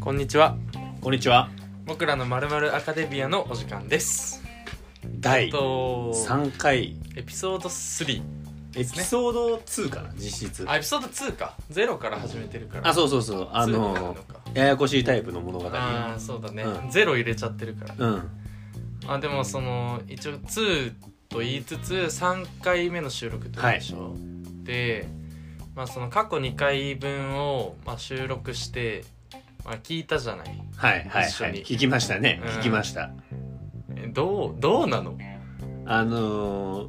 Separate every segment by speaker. Speaker 1: こんにちは
Speaker 2: こんにちは
Speaker 1: 僕らのまるまるアカデミアのお時間ですえ
Speaker 2: 第
Speaker 1: っと
Speaker 2: 3回
Speaker 1: エピソード3
Speaker 2: エピソード2かな実質
Speaker 1: あエピソード2か0から始めてるから
Speaker 2: あそうそうそうあ
Speaker 1: 2になる
Speaker 2: の
Speaker 1: のか
Speaker 2: ややこしいタイプの物語
Speaker 1: あーそうだね、
Speaker 2: うん
Speaker 1: ゼロ0入れちゃってるから
Speaker 2: うん
Speaker 1: あでもその一応2と言いつつ3回目の収録ってことでしょ、で、まあ、その過去2回分を、まあ、収録して、まあ、聞いたじゃない
Speaker 2: はいはい
Speaker 1: 一緒
Speaker 2: は
Speaker 1: に
Speaker 2: い聞きましたね
Speaker 1: うん
Speaker 2: 聞きました
Speaker 1: えどうどうなの
Speaker 2: あのー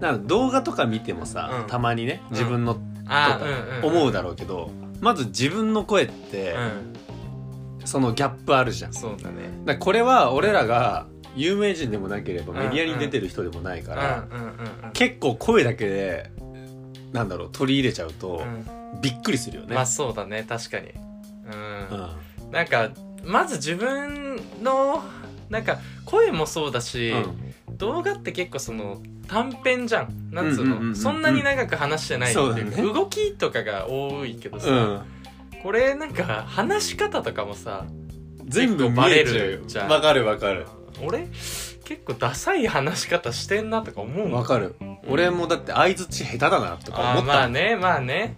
Speaker 2: なんか動画とか見てもさ
Speaker 1: うん
Speaker 2: たまにね自分のと
Speaker 1: あ
Speaker 2: か
Speaker 1: ーうんうん
Speaker 2: 思うだろうけどまず自分の声って
Speaker 1: う
Speaker 2: そのギャップあるじゃん
Speaker 1: ん
Speaker 2: だか
Speaker 1: そうだね
Speaker 2: らこれは俺らが有名人でもなければメディアに出てる人でもない
Speaker 1: うん
Speaker 2: か
Speaker 1: う
Speaker 2: ら
Speaker 1: んうんうん
Speaker 2: 結構声だけでなんだろう取り入れちゃうと、
Speaker 1: うん
Speaker 2: びっくりするよね、
Speaker 1: まあそうだね確かにう、
Speaker 2: うんん
Speaker 1: なんかまず自分のなんか声もそうだし、動画って結構その短編じゃんなんつうの、
Speaker 2: うんうんうんうん
Speaker 1: そんなに長く話してないっていうか
Speaker 2: そうだね
Speaker 1: 動きとかが多いけどさ、
Speaker 2: うん
Speaker 1: これなんか話し方とかもさ
Speaker 2: 全部見えちゃうよ
Speaker 1: 結構バレるじゃん
Speaker 2: わかるわかる
Speaker 1: 俺結構ダサい話し方してんなとか思うもん
Speaker 2: わかる俺もだって相づち下手だなとか
Speaker 1: あー
Speaker 2: 思った
Speaker 1: まあ
Speaker 2: もん
Speaker 1: ねまあね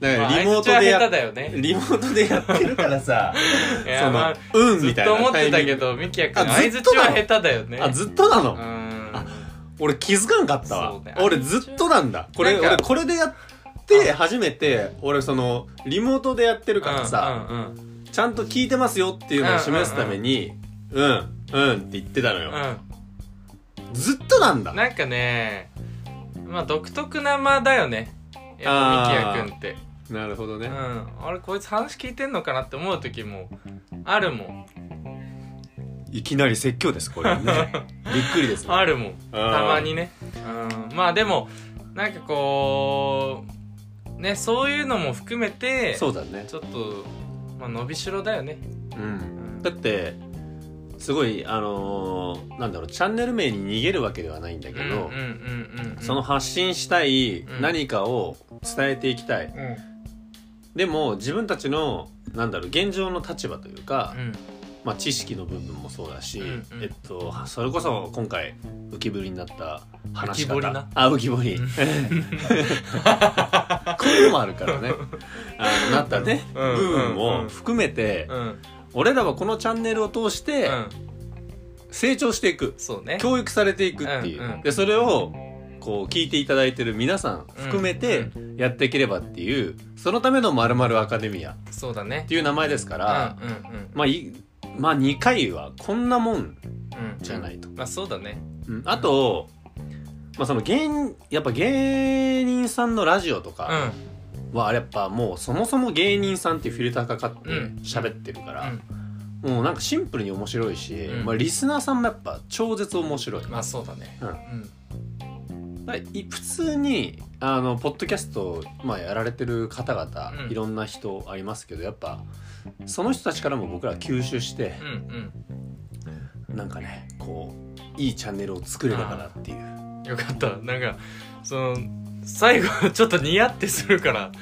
Speaker 2: だからリモー
Speaker 1: まあ
Speaker 2: ト
Speaker 1: 相槌は
Speaker 2: で
Speaker 1: 下
Speaker 2: や
Speaker 1: 手だよね
Speaker 2: リモートでやってるからさ
Speaker 1: いや
Speaker 2: そ
Speaker 1: ま
Speaker 2: の
Speaker 1: あ
Speaker 2: うん
Speaker 1: ず
Speaker 2: み
Speaker 1: った
Speaker 2: い
Speaker 1: と
Speaker 2: な
Speaker 1: 思ってたけ
Speaker 2: ど
Speaker 1: どミキヤ君
Speaker 2: あ
Speaker 1: 相
Speaker 2: ず
Speaker 1: づ
Speaker 2: っと
Speaker 1: ち
Speaker 2: な
Speaker 1: は
Speaker 2: の
Speaker 1: 下手だよね
Speaker 2: あずっとな
Speaker 1: う
Speaker 2: の
Speaker 1: ん
Speaker 2: あ俺気づかんかった
Speaker 1: そう
Speaker 2: わ
Speaker 1: ね
Speaker 2: 俺ずっとなんだこれ
Speaker 1: なんか
Speaker 2: 俺これでやって初めて俺そのリモートでやってるからさ、
Speaker 1: うんうんうん
Speaker 2: ちゃんと聞いてますよっていうのを示すために、うん、うんって言ってたのよ。
Speaker 1: う
Speaker 2: ずっとなんだ。
Speaker 1: んなんかねまあ独特な間だよねやっぱ
Speaker 2: あー
Speaker 1: ミキヤ君って
Speaker 2: なるほど
Speaker 1: う
Speaker 2: ね
Speaker 1: んあれこいつ話聞いてんのかなって思う時もあるもん
Speaker 2: いきなり説教です、これね。びっくりですね。
Speaker 1: あるもん
Speaker 2: た
Speaker 1: たまに。ねうんまあでもなんかこうねそういうのも含めて
Speaker 2: そうだね。
Speaker 1: ちょっとまあ伸びしろだよね
Speaker 2: うん。だって、すごい、あのーなんだろう、チャンネル名に逃げるわけではないんだけ
Speaker 1: うんうん
Speaker 2: ど、
Speaker 1: うんうん
Speaker 2: その発信したい
Speaker 1: うん
Speaker 2: 何かを伝えていきたい。
Speaker 1: うんうん
Speaker 2: でも、自分たちの、なんだろう、現状の立場というか、まあ、知識の部分もそうだし、
Speaker 1: うんうん
Speaker 2: えっと、それこそ今回浮き彫りになった話し
Speaker 1: 浮き彫
Speaker 2: 方
Speaker 1: りな
Speaker 2: あ浮き彫り こういうのもあるからねあのなったね、
Speaker 1: うん
Speaker 2: 部分
Speaker 1: うんうん
Speaker 2: も含めて、
Speaker 1: うんうん
Speaker 2: 俺らはこのチャンネルを通して成長していく、
Speaker 1: そうね
Speaker 2: 教育されていくっていう、
Speaker 1: うんうん
Speaker 2: でそれをこう聞いていただいてる皆さん含めてやっていければっていうそのための「まるアカデミア」っ
Speaker 1: そうだね
Speaker 2: ていう名前ですから、
Speaker 1: うんうんうん
Speaker 2: まあいまあ2回はこんなもん
Speaker 1: うん
Speaker 2: じゃないと、
Speaker 1: まあそうだね
Speaker 2: うんあと、まあ、その芸人やっぱ芸人さんのラジオと
Speaker 1: うん
Speaker 2: かはやっぱもうそもそも芸人さんっていうフィルターかかって
Speaker 1: うん
Speaker 2: 喋ってるか
Speaker 1: う
Speaker 2: ら、
Speaker 1: ん
Speaker 2: もうなんかシンプルに面白いし、
Speaker 1: うん
Speaker 2: まあ、リスナーさんもやっぱ超絶面白い、
Speaker 1: まあそうだね
Speaker 2: うん
Speaker 1: ん
Speaker 2: だからい普通にあのポッドキャスト、まあ、やられてる方々、
Speaker 1: うん
Speaker 2: いろんな人ありますけどやっぱその人たちからも僕ら吸収して
Speaker 1: う、ん
Speaker 2: なんかねこういいチャンネルを作れたかなっていう
Speaker 1: うんよかったなんかその最後ちょっとニヤってするから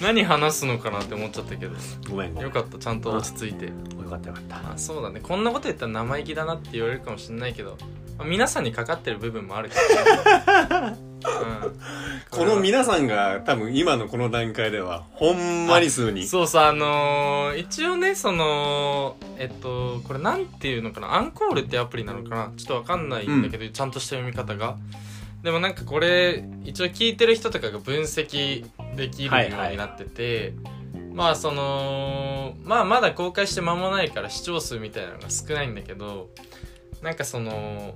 Speaker 1: 何話すのかなって思っちゃったけど
Speaker 2: ごめんごめん
Speaker 1: よ
Speaker 2: よか
Speaker 1: かったちゃんと落ち着いて
Speaker 2: ったよかった
Speaker 1: まあそうだねこんなこと言ったら生意気だなって言われるかもしれないけど、まあ皆さんにかかってる部分もあるけど、うん
Speaker 2: この皆さんが多分今のこの段階ではほんまに数人
Speaker 1: そうさあのー一応ねそのえっとこれなんていうのかなアンコールってアプリなのかなちょっとわかんないんだけど、ちゃんとした読み方がでもなんかこれ一応聞いてる人とかが分析できるよ
Speaker 2: はいうはい
Speaker 1: になってて、まあそのまあまだ公開して間もないから視聴数みたいなのが少ないんだけどなんかその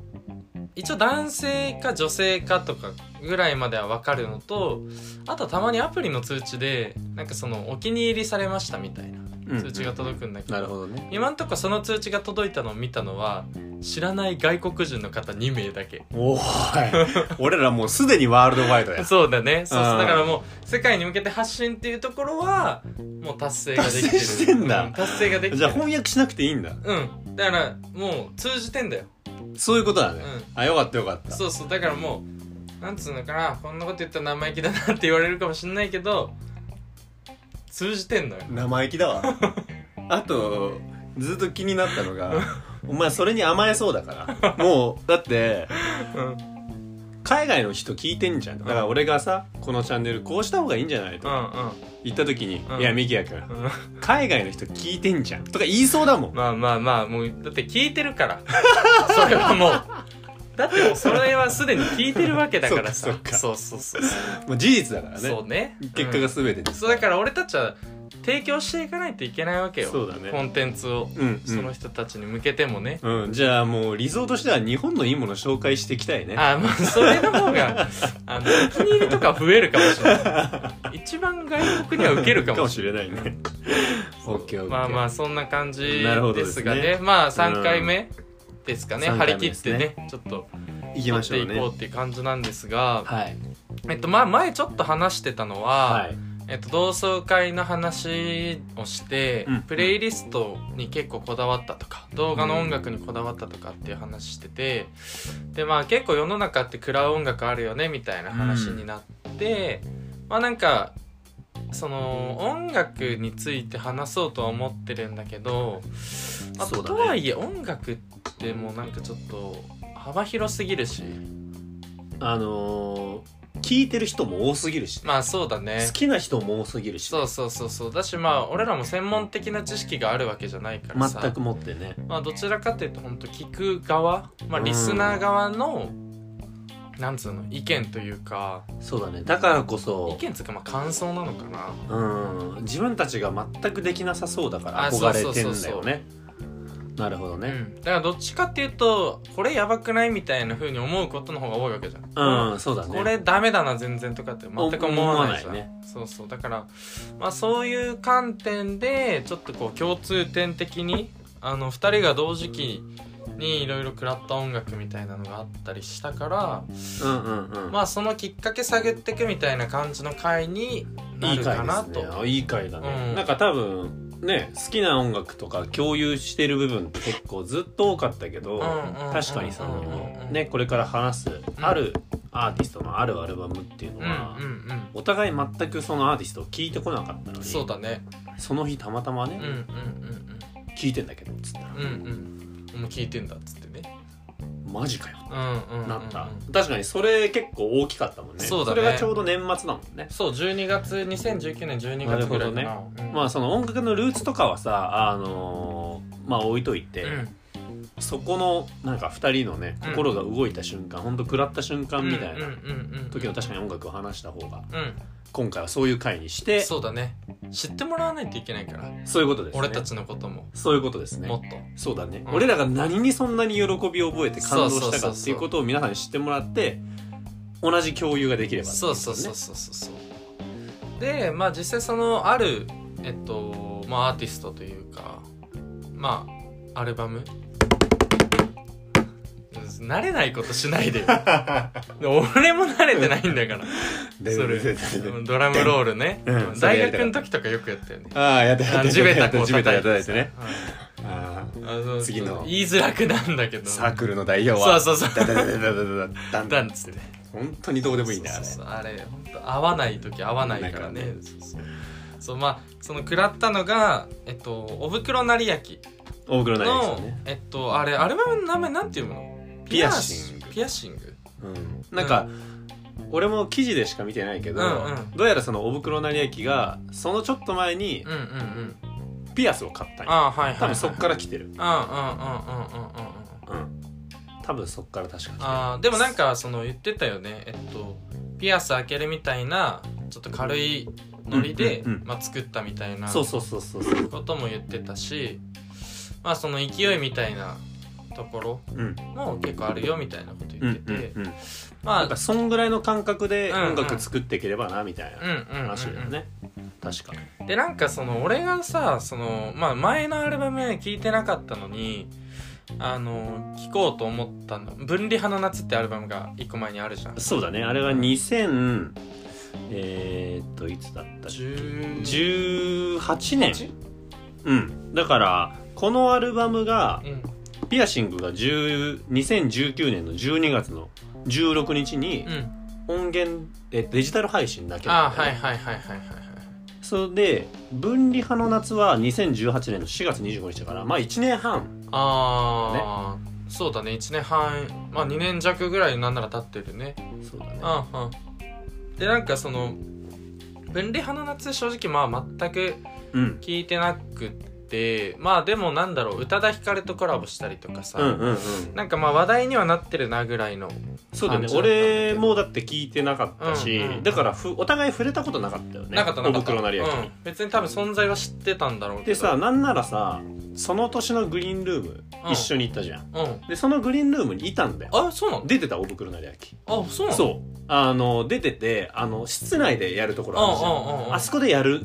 Speaker 1: 一応男性か女性かとかぐらいまでは分かるのとあとたまにアプリの通知でなんかそのお気に入りされましたみたいな
Speaker 2: うん
Speaker 1: 通知が届くんだけど,、
Speaker 2: なるほどね
Speaker 1: 今んとこその通知が届いたのを見たのは知らない外国人の方2名だけ
Speaker 2: おお 俺らもうすでにワールドワイドや
Speaker 1: そうだねそうそう
Speaker 2: うん
Speaker 1: だからもう世界に向けて発信っていうところはもう達成ができてる
Speaker 2: 達成してんだ
Speaker 1: う達成ができてる
Speaker 2: じゃあ翻訳しなくていいんだ
Speaker 1: うんだからもう通じてんだよ
Speaker 2: そういうことだね、
Speaker 1: うん
Speaker 2: あよかったよかった
Speaker 1: そうそうだからもうなんつうのかなこんなこと言ったら生意気だなって言われるかもしんないけど通じてんのよ
Speaker 2: 生意気だわ あとずっと気になったのがお前それに甘えそうだからもうだって
Speaker 1: うん
Speaker 2: 海外の人聞いてんじゃんだから俺がさこのチャンネルこうした方がいいんじゃないと
Speaker 1: う
Speaker 2: か
Speaker 1: んうん
Speaker 2: 言った時に「
Speaker 1: うん
Speaker 2: いやミキヤ君
Speaker 1: うん
Speaker 2: 海外の人聞いてんじゃん」とか言いそうだもん
Speaker 1: まあまあまあもうだって聞いてるから それはもうだってもうそれはすでに聞いてるわけだからさ
Speaker 2: そっかそ
Speaker 1: そうそうそうそう
Speaker 2: もう事実だからね
Speaker 1: そうね
Speaker 2: 結果が
Speaker 1: うん
Speaker 2: 全てです
Speaker 1: そうだから俺たちは提供していかないといけないわけよ
Speaker 2: そうだね
Speaker 1: コンテンツを、
Speaker 2: うん
Speaker 1: その人たちに向けてもね、
Speaker 2: うん、うん、じゃあもう理想としては日本のいいもの紹介していきたいね
Speaker 1: あまあそれの方 があのお気に入りとか増えるかもしれない一番外国には受けるかもしれない
Speaker 2: れないねオッケーオッケー
Speaker 1: まあまあそんな感じ
Speaker 2: なるほど
Speaker 1: で
Speaker 2: です
Speaker 1: す
Speaker 2: ね
Speaker 1: がねまあ3回目ですかね、
Speaker 2: 三
Speaker 1: 張
Speaker 2: 回
Speaker 1: り
Speaker 2: 目
Speaker 1: 切っ
Speaker 2: です
Speaker 1: て
Speaker 2: ね
Speaker 1: ねちょっと
Speaker 2: 行き
Speaker 1: や
Speaker 2: ま
Speaker 1: っ
Speaker 2: してょう
Speaker 1: い
Speaker 2: ね
Speaker 1: こうっていう感じなんですが、
Speaker 2: はい
Speaker 1: えっとまあ前ちょっと話してたのは、
Speaker 2: はい
Speaker 1: えっと、同窓会の話をして、
Speaker 2: うん
Speaker 1: プレイリストに結構こだわったとか動画の音楽にこだわったとかっていう話しててでまあ結構世の中ってクラウ音楽あるよねみたいな話になって、まあなんかその音楽について話そうとは思ってるんだけど、まあ
Speaker 2: そうだ
Speaker 1: と
Speaker 2: ね
Speaker 1: はいえ音楽ってもうなんかちょっと幅広すぎるし
Speaker 2: あのー、聞いてる人も多すぎるし、
Speaker 1: まあそうだね
Speaker 2: 好きな人も多すぎるし
Speaker 1: そうそうそうそうだしまあ俺らも専門的な知識があるわけじゃないからさ
Speaker 2: 全くもってね
Speaker 1: まあどちらかというと本当聞く側、まあ、リスナー側の、なんつうの意見というか
Speaker 2: そうだねだからこ
Speaker 1: 意
Speaker 2: そ、
Speaker 1: 見つうかまあ感想なのかな
Speaker 2: うん、自分たちが全くできなさそうだから
Speaker 1: あそう
Speaker 2: 憧
Speaker 1: そう
Speaker 2: れて
Speaker 1: そうん
Speaker 2: だ
Speaker 1: そう
Speaker 2: よねなるほど
Speaker 1: う
Speaker 2: ね
Speaker 1: んだからどっちかっていうとこれやばくないみたいな風に思うことの方が多いわけじゃん、
Speaker 2: うん、そうだね
Speaker 1: これダメだな全然とかって全く思わないじゃん
Speaker 2: 思わない
Speaker 1: そうそうだから、まあ、そういう観点でちょっとこう共通点的にあの2人が同時期にいろいろ食らった音楽みたいなのがあったりしたから、
Speaker 2: うんうんうん
Speaker 1: まあそのきっかけ探ってくみたいな感じの回にない
Speaker 2: い
Speaker 1: るか
Speaker 2: 回
Speaker 1: な
Speaker 2: で
Speaker 1: と
Speaker 2: すねあいい回だね、
Speaker 1: うん
Speaker 2: なんか多分ね好きな音楽とか共有してる部分って結構ずっと多かったけど、
Speaker 1: うんうんうんうん
Speaker 2: 確かにその、ねこれから話すあるアーティストのあるアルバムっていうの
Speaker 1: うんうん
Speaker 2: は、
Speaker 1: うん
Speaker 2: お互い全くそのアーティストを聞いてこなかったのに
Speaker 1: そうだね
Speaker 2: その日たまたま
Speaker 1: う
Speaker 2: ね、
Speaker 1: んうんうん
Speaker 2: 聞いてんだけどっつったら
Speaker 1: うんうんうんもう聞いてんだっつってね
Speaker 2: マジかよ
Speaker 1: うんうんうんうん
Speaker 2: なった、確かにそれ結構大きかったもんね
Speaker 1: そうだね
Speaker 2: れがちょうど年末だもんね
Speaker 1: そう12月2019年12月ぐらいかな
Speaker 2: なる
Speaker 1: うん
Speaker 2: まあその音楽のルーツとかはさあのーまあ置いといて、
Speaker 1: うん
Speaker 2: そこのなんか2人のね
Speaker 1: うん
Speaker 2: 心が動いた瞬間、ほんと食らった瞬間みたい
Speaker 1: うん
Speaker 2: な
Speaker 1: うんうんうん
Speaker 2: 時の確かに音楽を話した方が
Speaker 1: うん
Speaker 2: 今回はそういう回にしてそ
Speaker 1: そうだね知ってもらわないといけないから
Speaker 2: ういうことですね
Speaker 1: 俺たちのことも
Speaker 2: そういうことですね
Speaker 1: もっと
Speaker 2: そうだね、
Speaker 1: うん
Speaker 2: 俺らが何にそんなに喜びを覚えて感動した
Speaker 1: そうそうそ
Speaker 2: か
Speaker 1: うそう
Speaker 2: っていうことを皆さんに知ってもらって同じ共有ができればってい
Speaker 1: そうそうそうそうそうそうでまあ実際そのあるえっとまあアーティストというかまあアルバム慣れないことしないでよ 俺も慣れてないんだから
Speaker 2: ね
Speaker 1: それ
Speaker 2: ででででで
Speaker 1: ドラムロールね、
Speaker 2: うんそれ
Speaker 1: 大
Speaker 2: やりた
Speaker 1: 学
Speaker 2: かった
Speaker 1: の時とかよくやったよね
Speaker 2: ああやってやっ て
Speaker 1: 地べたこう
Speaker 2: 地べたやっ
Speaker 1: 叩
Speaker 2: てや
Speaker 1: い
Speaker 2: ってね、
Speaker 1: はい
Speaker 2: ああ
Speaker 1: あそう
Speaker 2: 次の
Speaker 1: そう言いづらくなんだけど
Speaker 2: サークルの代表
Speaker 1: そ
Speaker 2: は
Speaker 1: うそうそう
Speaker 2: ダダダダダダダダン
Speaker 1: だんっつって
Speaker 2: 本当にどうでもいいなあ
Speaker 1: そう
Speaker 2: れ
Speaker 1: そうそうあれ本当合わない時合わないからね
Speaker 2: 合わな
Speaker 1: そうそうそうまあその食らったのがえっとお袋成り焼き
Speaker 2: 大黒大ですよ
Speaker 1: の、
Speaker 2: ね
Speaker 1: えっとあれアルバムの名前なんていうの
Speaker 2: ピアシング
Speaker 1: ピアシング
Speaker 2: うんなんか、俺も記事でしか見てないけど、
Speaker 1: うんうん
Speaker 2: どうやらそのお袋成明がそのちょっと前に
Speaker 1: うんうんうん
Speaker 2: ピアスを買ったんよ
Speaker 1: ああはいはい、はい、
Speaker 2: 多分そっから来てる、
Speaker 1: らうんうんうんうんうんうんうん
Speaker 2: うん、多分そっから確か来てる
Speaker 1: あーでもなんかその言ってたよねえっとピアス開けるみたいなちょっと軽いノリで、
Speaker 2: うんうんうん
Speaker 1: まあ、作ったみたいな
Speaker 2: そうそうそうそうそう
Speaker 1: ことも言ってたしまあその勢いみたいなところ
Speaker 2: うん
Speaker 1: も結構あるよみたいなこと
Speaker 2: うん
Speaker 1: 言
Speaker 2: う
Speaker 1: ってて、
Speaker 2: んうん
Speaker 1: まあ
Speaker 2: なんかそんぐらいの感覚で
Speaker 1: うんうん
Speaker 2: 音楽作っていければなみたい
Speaker 1: うん
Speaker 2: な
Speaker 1: うんうんうん
Speaker 2: 話だよね、確か
Speaker 1: でなんかその俺がさその、まあ、前のアルバムは聞いてなかったのにあの聴こうと思ったの「分離派の夏」ってアルバムが1個前にあるじゃん
Speaker 2: そうだねあれは2000えー、っといつだったっけ
Speaker 1: 10
Speaker 2: 18年うんだからこのアルバムが
Speaker 1: うん
Speaker 2: ピアシングが10 2019年の12月の16日に
Speaker 1: うん
Speaker 2: 音源、えデジタル配信だけ
Speaker 1: あ
Speaker 2: だ
Speaker 1: あ
Speaker 2: った
Speaker 1: は
Speaker 2: の
Speaker 1: い
Speaker 2: ね
Speaker 1: はいはいはいはいはい
Speaker 2: それで分離派の夏は2018年の4月25日だからまあ1年半
Speaker 1: ああ、そうだね1年半まあ2年弱ぐらいなんなら経ってるね
Speaker 2: そうだね
Speaker 1: うんうんでなんかその分離派の夏正直まあ全く
Speaker 2: うん
Speaker 1: 聞いてなくってまあでもなんだろう宇多田ヒカルとコラボしたりとかさ、
Speaker 2: うんうんうん
Speaker 1: なんかまあ話題にはなってるなぐらいの
Speaker 2: そうだよね
Speaker 1: 感じだったんだけ
Speaker 2: 俺
Speaker 1: ど
Speaker 2: もだって聞いてなかったし、
Speaker 1: うんうん
Speaker 2: だからふお互い触れたことなかったよね
Speaker 1: なかったなか
Speaker 2: お
Speaker 1: った
Speaker 2: 袋なりやきに、
Speaker 1: うん、別に多分存在は知ってたんだろうけど
Speaker 2: でさなんならさその年のグリーンルーム、
Speaker 1: うん
Speaker 2: 一緒に行ったじゃん
Speaker 1: うん
Speaker 2: でそのグリーンルームにいたんだよ
Speaker 1: あそうなの
Speaker 2: 出てたお袋なりやき、
Speaker 1: あそうなのう
Speaker 2: そうあの出ててあの室内でやるところあるじゃん
Speaker 1: うんうんうんうん
Speaker 2: あそこでやる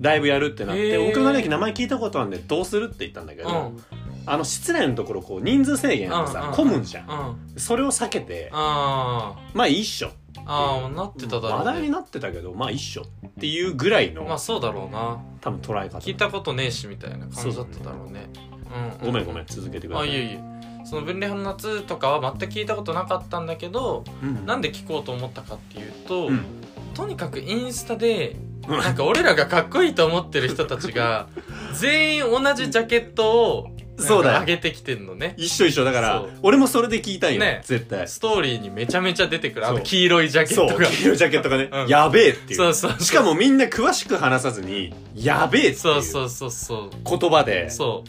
Speaker 2: ライブやるってなって、
Speaker 1: へー
Speaker 2: お袋なりやき名前聞いたことあるんでどうするって言ったんだけど、
Speaker 1: んうん
Speaker 2: あの室内のところこう人数制限あって
Speaker 1: うんうん
Speaker 2: さ
Speaker 1: うん
Speaker 2: 混むんじゃん
Speaker 1: あ
Speaker 2: それを避けて
Speaker 1: あ
Speaker 2: まあいいっしょ
Speaker 1: ーあーなってただろう、
Speaker 2: 話
Speaker 1: ね、
Speaker 2: 題になってたけどまあ一緒っていうぐらいの、
Speaker 1: まあそうだろうな
Speaker 2: 多分捉え方
Speaker 1: 聞いたことねえしみたいな感じだっただろうねうん、
Speaker 2: ごめんご
Speaker 1: ん
Speaker 2: めん続けてくだ
Speaker 1: あ
Speaker 2: さい
Speaker 1: いえいえその分離派の夏とかは全く聞いたことなかったんだけど
Speaker 2: うん、
Speaker 1: なん
Speaker 2: で、
Speaker 1: で聞こうと思ったかっていうと、
Speaker 2: うん、
Speaker 1: とにかくインスタでなんか俺らがかっこいいと思ってる人たち が全員同じジャケットを
Speaker 2: そうだよ
Speaker 1: なんか上げてきてんのね
Speaker 2: 一緒一緒だから
Speaker 1: そう
Speaker 2: 俺もそれで聞いたんよ、
Speaker 1: ね
Speaker 2: 絶対
Speaker 1: ストーリーにめちゃめちゃ出てくるあ
Speaker 2: そ
Speaker 1: の
Speaker 2: う
Speaker 1: 黄色いジャケッ
Speaker 2: そう
Speaker 1: トが
Speaker 2: 黄色いジャケットがね、
Speaker 1: うん
Speaker 2: やべえっていう
Speaker 1: そうそう
Speaker 2: しかもみんな詳しく話さずにやべえっていう
Speaker 1: そうそうそうそう
Speaker 2: 言葉で
Speaker 1: そ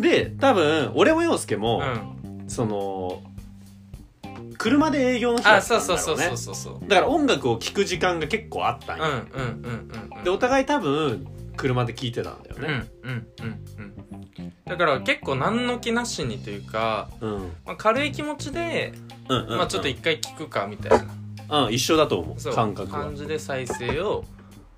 Speaker 2: で多分俺も陽介
Speaker 1: うう
Speaker 2: も、
Speaker 1: ん
Speaker 2: その車で営業の日だ
Speaker 1: あ
Speaker 2: った
Speaker 1: そうん
Speaker 2: だろ
Speaker 1: そうう
Speaker 2: ね
Speaker 1: そうそうそうそう
Speaker 2: だから音楽を聴く時間が結構あったん
Speaker 1: うんう
Speaker 2: よ、
Speaker 1: んうんうんうん
Speaker 2: でお互い多分車で聞いてたんだよね、
Speaker 1: うんうんうんうんだから結構何の気なしにというか、
Speaker 2: うんうん
Speaker 1: まあ、軽い気持ちで、
Speaker 2: うんうん
Speaker 1: まあ、ちょっと一回聞くかみたいな
Speaker 2: うん、一緒だと思
Speaker 1: そうう
Speaker 2: 感覚は
Speaker 1: 感じで再生を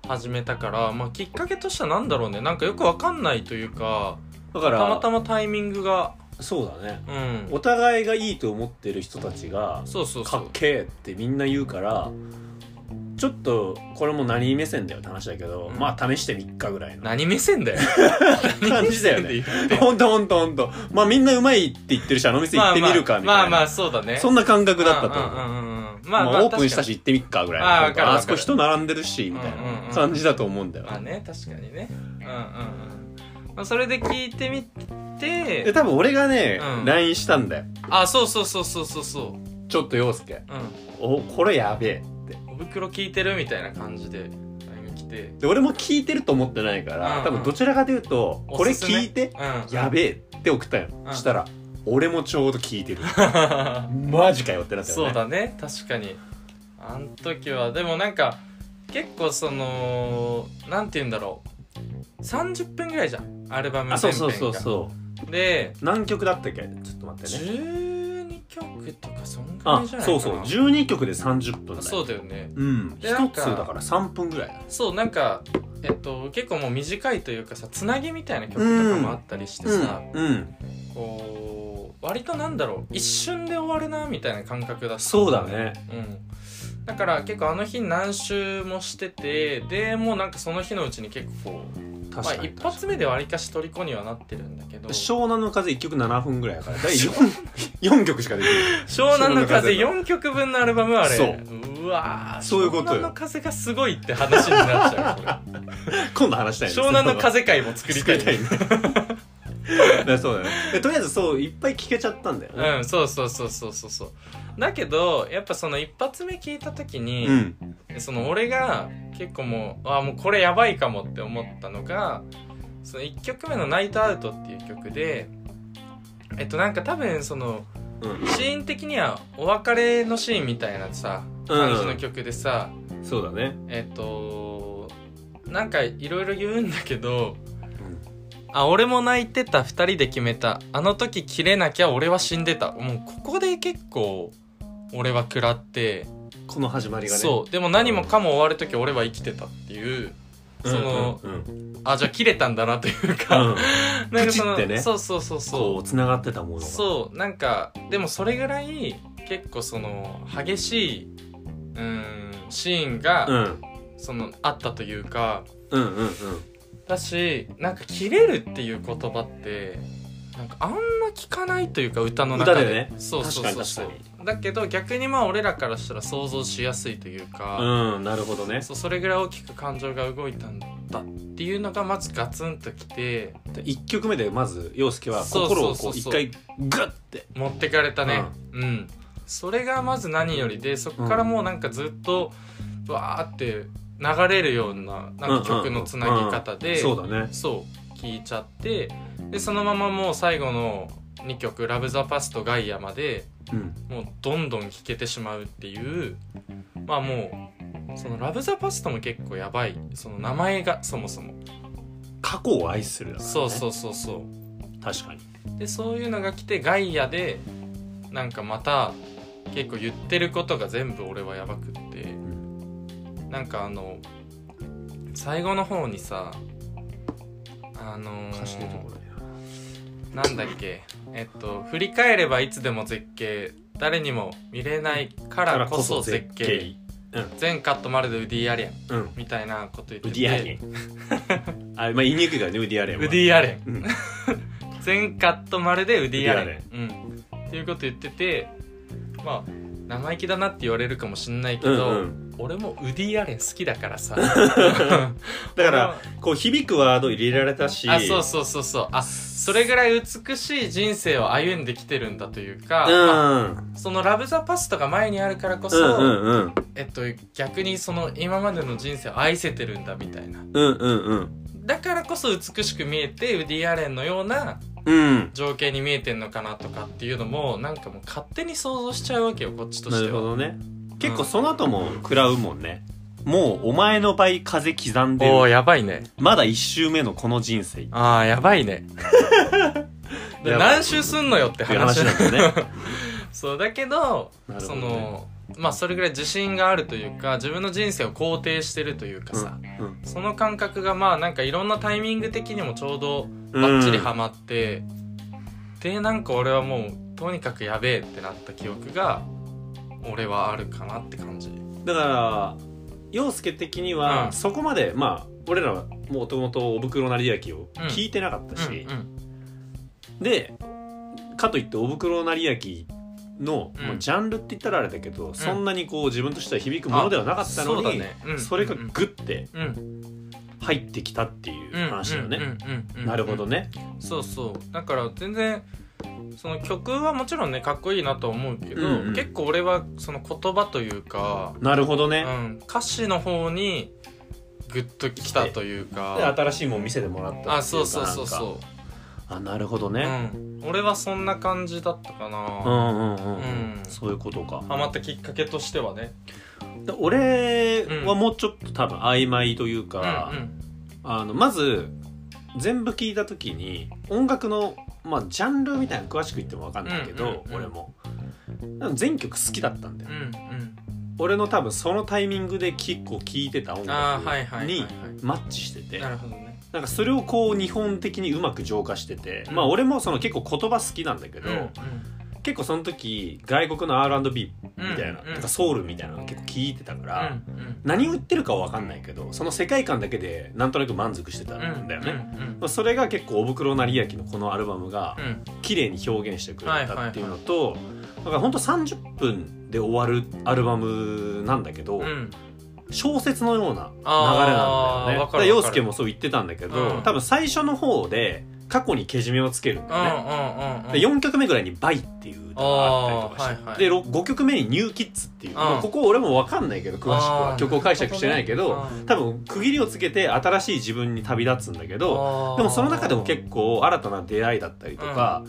Speaker 1: 始めたから、まあ、きっかけとしては何だろうねなんかよくわかんないというか
Speaker 2: だから
Speaker 1: たまたまタイミングが
Speaker 2: そうだね
Speaker 1: うん
Speaker 2: お互いがいいと思ってる人たちが
Speaker 1: そうそうそ
Speaker 2: かっ
Speaker 1: う
Speaker 2: けえってみんな言うからちょっとこれも何目線だよって話だけど、
Speaker 1: うん
Speaker 2: まあ試してみっかぐらいの
Speaker 1: 何目線だよ
Speaker 2: 感じだよねほんとほんとほんとまあみんなうまいって言ってるしあの店行ってみるかみたいな、
Speaker 1: まあまあそうだね
Speaker 2: そんな感覚だったと思う、
Speaker 1: うんうんうんうんまあ
Speaker 2: まあ
Speaker 1: まあ、
Speaker 2: オープンしたし行ってみっかぐらいの
Speaker 1: あー
Speaker 2: なん
Speaker 1: わかる
Speaker 2: か
Speaker 1: わかる
Speaker 2: あそこ人並んでるしみたい
Speaker 1: うんうんうん
Speaker 2: な感じだと思うんだよ、
Speaker 1: まあね確かにねうんうんうん、まあ、それで聞いてみ
Speaker 2: で
Speaker 1: て
Speaker 2: 多分俺がね、
Speaker 1: うん
Speaker 2: LINE したんだよ
Speaker 1: あそうそうそうそうそうそう
Speaker 2: ちょっと陽介
Speaker 1: う
Speaker 2: おこれやべえって
Speaker 1: んお袋聞いてるみたいな感じで LINE が来て
Speaker 2: で俺も聞いてると思ってないか
Speaker 1: うん
Speaker 2: ら、
Speaker 1: うん
Speaker 2: 多分どちらかというとこれ
Speaker 1: おすすめ
Speaker 2: 聞いて
Speaker 1: うん
Speaker 2: やべえって送ったよ、
Speaker 1: うん
Speaker 2: したら俺もちょうど聞い てる
Speaker 1: べ
Speaker 2: マジかよってなったよね
Speaker 1: そうだね確かにあん時はでもなんか結構そのなんて言うんだろう30分ぐらいじゃんアルバム
Speaker 2: あそ
Speaker 1: 全
Speaker 2: う
Speaker 1: 編
Speaker 2: そう
Speaker 1: が
Speaker 2: そうそう
Speaker 1: で
Speaker 2: 何曲だったっけちょっと待ってね
Speaker 1: 12曲とかそんぐら
Speaker 2: あ
Speaker 1: いじゃないかな
Speaker 2: そうそう12曲で30分だよ
Speaker 1: そうだよね
Speaker 2: うん
Speaker 1: でな
Speaker 2: 一
Speaker 1: ん
Speaker 2: つ
Speaker 1: か
Speaker 2: だから3分ぐらいだね
Speaker 1: そうなんかえっと結構もう短いというかさつなぎみたいな曲とかもあったりしてさ、
Speaker 2: うん、うん、
Speaker 1: こう割となんだろう一瞬で終わるなみたいな感覚だった
Speaker 2: そうだね
Speaker 1: うん、だから結構あの日何周もしててでもうなんかその日のうちに結構、ま
Speaker 2: 確
Speaker 1: あ、
Speaker 2: かに、
Speaker 1: 一発目でわりかし虜にはなってるんだけど
Speaker 2: 湘南の風一曲7分ぐらいだから第 4, 4曲しかできない
Speaker 1: 湘南の風
Speaker 2: 湘南
Speaker 1: 4曲分のアルバムあれ
Speaker 2: そう
Speaker 1: わー
Speaker 2: そういうことよ
Speaker 1: 湘南の風がすごいって話になっちゃうこれ
Speaker 2: 今度話したいね
Speaker 1: 湘南の風会も作りたい
Speaker 2: ね そうだねでとりあえずそういっぱい聞けちゃったんだよね
Speaker 1: うんそうそうそうそうそうそうだけどやっぱその一発目聞いた時に、
Speaker 2: ん、
Speaker 1: その俺が結構もうあもうこれやばいかもって思ったのがその1曲目の「ナイトアウト」っていう曲でえっとなんか多分その
Speaker 2: う
Speaker 1: シーン的にはお別れのシーンみたいなさ
Speaker 2: うん
Speaker 1: 感じの曲でさ、
Speaker 2: ん、そうだね、
Speaker 1: えっとなんかいろいろ言うんだけどあ俺も泣いてた2人で決めたあの時切れなきゃ俺は死んでたもうここで結構俺は食らって
Speaker 2: この始まりがね
Speaker 1: そうでも何もかも終わる時俺は生きてたっていうその、
Speaker 2: うんうん
Speaker 1: あじゃあ切れたんだなという
Speaker 2: うん
Speaker 1: か、なんかその
Speaker 2: プチってね
Speaker 1: そうそうそう
Speaker 2: こ
Speaker 1: そう
Speaker 2: つながってたもの
Speaker 1: う
Speaker 2: が
Speaker 1: そうなんかでもそれぐらい結構その激しいうんシーンが、
Speaker 2: うん、
Speaker 1: そのあったというか
Speaker 2: うんうんうん
Speaker 1: だしなんか切れるっていう言葉ってなんかあんま聞かないというか歌の
Speaker 2: 歌
Speaker 1: 中で
Speaker 2: でね
Speaker 1: そうそうそうそう
Speaker 2: 確かに
Speaker 1: だけど逆にまあ俺らからしたら想像しやすいというか、
Speaker 2: うんなるほどね
Speaker 1: そうそれぐらい大きく感情が動いたんだっていうのがまずガツンときて
Speaker 2: 1曲目でまず陽介は
Speaker 1: そう
Speaker 2: 心
Speaker 1: そ
Speaker 2: を
Speaker 1: うそう
Speaker 2: こう一
Speaker 1: そう
Speaker 2: 回グッて
Speaker 1: 持ってかれたねうん、それがまず何よりでそこからもうなんかずっとわーって流れるようななんか曲のつなぎ方で、
Speaker 2: そうだね
Speaker 1: そう聞いちゃってでそのままもう最後の2曲「ラブ・ザ・パス」と「ガイア」まで
Speaker 2: うん
Speaker 1: もうどんどん聴けてしまうっていうまあもうその「ラブ・ザ・パス」とも結構やばいその名前がそもそも
Speaker 2: 過去を愛するだからね
Speaker 1: そうそうそうそ
Speaker 2: 確かに
Speaker 1: うでそういうのが来て「ガイア」でなんかまた結構言ってることが全部俺はやばくってなんかあの最後の方にさあのー
Speaker 2: 歌詞出てこないな
Speaker 1: なんだっけえっと振り返ればいつでも絶景誰にも見れないからこそ絶景全カットまるでウディ・アレン
Speaker 2: うんウ
Speaker 1: みたいなこと言ってて
Speaker 2: ディアレン あれまあ言いにくいからねウディアレン
Speaker 1: ウ
Speaker 2: は
Speaker 1: ディ・アレン
Speaker 2: うん
Speaker 1: 全カットまるでウディ・アレン
Speaker 2: ウディ
Speaker 1: うん、っていうこと言っててまあ生意気だなって言われるかもしんないけ
Speaker 2: う
Speaker 1: ど、
Speaker 2: んうん
Speaker 1: 俺もウディ・アレン好きだから さ
Speaker 2: だからこう響くワード入れられたし
Speaker 1: あそうそうそうそうあそれぐらい美しい人生を歩んできてるんだというか、まあ
Speaker 2: ん
Speaker 1: その「ラブ・ザ・パス」とか前にあるからこそ、
Speaker 2: うんうん
Speaker 1: えっと、逆にその今までの人生を愛せてるんだみたいな
Speaker 2: うんうんうん
Speaker 1: だからこそ美しく見えてウディ・アレンのような
Speaker 2: うん
Speaker 1: 情景に見えてんのかなとかっていうのもなんかもう勝手に想像しちゃうわけよこっちと
Speaker 2: な
Speaker 1: して
Speaker 2: るほ
Speaker 1: は
Speaker 2: どね結構その後も食らうもんねもうお前の倍風刻んで
Speaker 1: おおー
Speaker 2: る
Speaker 1: やばいね
Speaker 2: まだ一周目のこの人生って
Speaker 1: ああやばいねで
Speaker 2: やばい
Speaker 1: 何周すんのよって
Speaker 2: いう
Speaker 1: 話
Speaker 2: 話なんだね
Speaker 1: そうだけど
Speaker 2: なるほ
Speaker 1: そ
Speaker 2: どね
Speaker 1: のまあそれぐらい自信があるというか自分の人生を肯定してると いうかさ、
Speaker 2: うん
Speaker 1: その感覚がまあなんかいろんなタイミング的にもちょうど
Speaker 2: うん
Speaker 1: バッチリハマって、でなんか俺はもうとにかくやべえってなった記憶が俺はあるかなって感じ
Speaker 2: だから陽介的に
Speaker 1: う
Speaker 2: は
Speaker 1: ん
Speaker 2: そこまでまあ俺らはもともとお袋なりやきを聞いてなかったし
Speaker 1: うんうん
Speaker 2: でかといってお袋なりやきの、
Speaker 1: うん
Speaker 2: まあジャンルって言ったらあれだけど、そんなにこう自分としては響くものではなかった
Speaker 1: そ
Speaker 2: の
Speaker 1: う
Speaker 2: に
Speaker 1: だ
Speaker 2: そ,、
Speaker 1: ねうん
Speaker 2: れが
Speaker 1: うん
Speaker 2: グッて
Speaker 1: うん
Speaker 2: 入ってきたっていう
Speaker 1: うん
Speaker 2: 話だよね、
Speaker 1: うんうんうん
Speaker 2: なるほどね、
Speaker 1: そうそうだから全然その曲はもちろんねかっこいいなとは思うけど、
Speaker 2: うんうん
Speaker 1: 結構俺はその言葉というか、
Speaker 2: なるほど
Speaker 1: う
Speaker 2: ね、
Speaker 1: ん、歌詞の方にグッときたという
Speaker 2: で
Speaker 1: か
Speaker 2: 新しいもん見せてもらったっていうか
Speaker 1: あそうそうそう
Speaker 2: なんか
Speaker 1: そ
Speaker 2: あなるほど
Speaker 1: う、う
Speaker 2: ね、
Speaker 1: ん、俺はそんな感じだったか
Speaker 2: う
Speaker 1: な、
Speaker 2: ん、うんうんうん、
Speaker 1: うん
Speaker 2: そういうことか
Speaker 1: ハマったきっかけとしてはね
Speaker 2: で俺はもうちょっと多分曖昧というか、
Speaker 1: うん
Speaker 2: あのまず全部聞いた時に音楽の、まあ、ジャンルみたいなの詳しく言っても分かんないけど、
Speaker 1: うんうんうん
Speaker 2: 俺もでも全曲好きだったんだよ、
Speaker 1: うんうん
Speaker 2: 俺の多分そのタイミングで結構聴いてた音
Speaker 1: あーはいは
Speaker 2: 楽
Speaker 1: いはい
Speaker 2: に
Speaker 1: は
Speaker 2: マッチしてて、
Speaker 1: いなるほどね
Speaker 2: なんかそれをこう日本的にうまく浄化してて、
Speaker 1: うん
Speaker 2: まあ俺もその結構言葉好きなんだけど、結構その時外国の R&B みたいな,、
Speaker 1: うんうん
Speaker 2: とかソウルみたいなの結構聴いてたから、
Speaker 1: うんうん
Speaker 2: 何を言ってるかは分かんないけどその世界観だけでなんとなく満足してた
Speaker 1: うん
Speaker 2: んだよね、
Speaker 1: うんうん
Speaker 2: まあ、それが結構おぶくろなりやきのこのアルバムが
Speaker 1: うん
Speaker 2: 綺麗に表現してくれたっていうのとだからほんと30分で終わるアルバムなんだけど、
Speaker 1: うん
Speaker 2: 小説のような流れ
Speaker 1: あー
Speaker 2: なんだよ
Speaker 1: わ
Speaker 2: ねだ
Speaker 1: かる
Speaker 2: から
Speaker 1: わ
Speaker 2: 陽
Speaker 1: かる
Speaker 2: 介もそう言ってたんだけど、
Speaker 1: うん
Speaker 2: 多分最初の方で過去にけじめをつけるんだ
Speaker 1: うんう
Speaker 2: よね、
Speaker 1: んうん
Speaker 2: で4曲目ぐらいに「バイ」っていう歌があったりとかして、
Speaker 1: あーはいはい
Speaker 2: で5曲目に「ニューキッズ」っていう、
Speaker 1: ん
Speaker 2: まあここ俺も分かんないけど詳しく
Speaker 1: あ
Speaker 2: は
Speaker 1: ー
Speaker 2: 曲を解釈してないけ
Speaker 1: な
Speaker 2: ど
Speaker 1: るほどね
Speaker 2: 多分区切りをつけて新しい自分に旅立つんだけどでもその中でも結構新たな出会いだったりとか、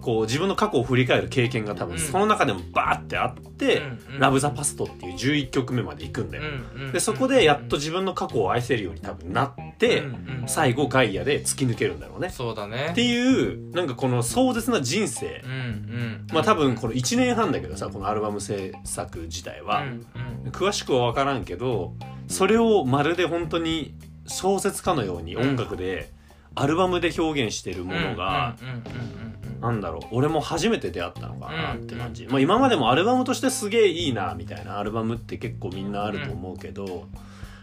Speaker 2: こう自分の過去を振り返る経験が多
Speaker 1: う
Speaker 2: 分
Speaker 1: ん
Speaker 2: その中でもバーってあって「ラブ・ザ・パスト」っていう11曲目まで行くんだよ、でそこでやっと自分の過去を愛せるように多分なって、最後ガイアで突き抜けるんだろうね、
Speaker 1: そうだね
Speaker 2: っていうなんかこの壮絶な人生、
Speaker 1: うんうん
Speaker 2: まあ多分この1年半だけどさこのアルバム制作自体は、
Speaker 1: うんうん
Speaker 2: 詳しくは分からんけどそれをまるで本当に小説家のように音楽で、アルバムで表現してるものが、
Speaker 1: うんうんうんうん
Speaker 2: なんだろう俺も初めて出会ったのかなって感じ、
Speaker 1: う
Speaker 2: まあ、今までもアルバムとしてすげえいいなみたいなアルバムって結構みんなあると思うけど、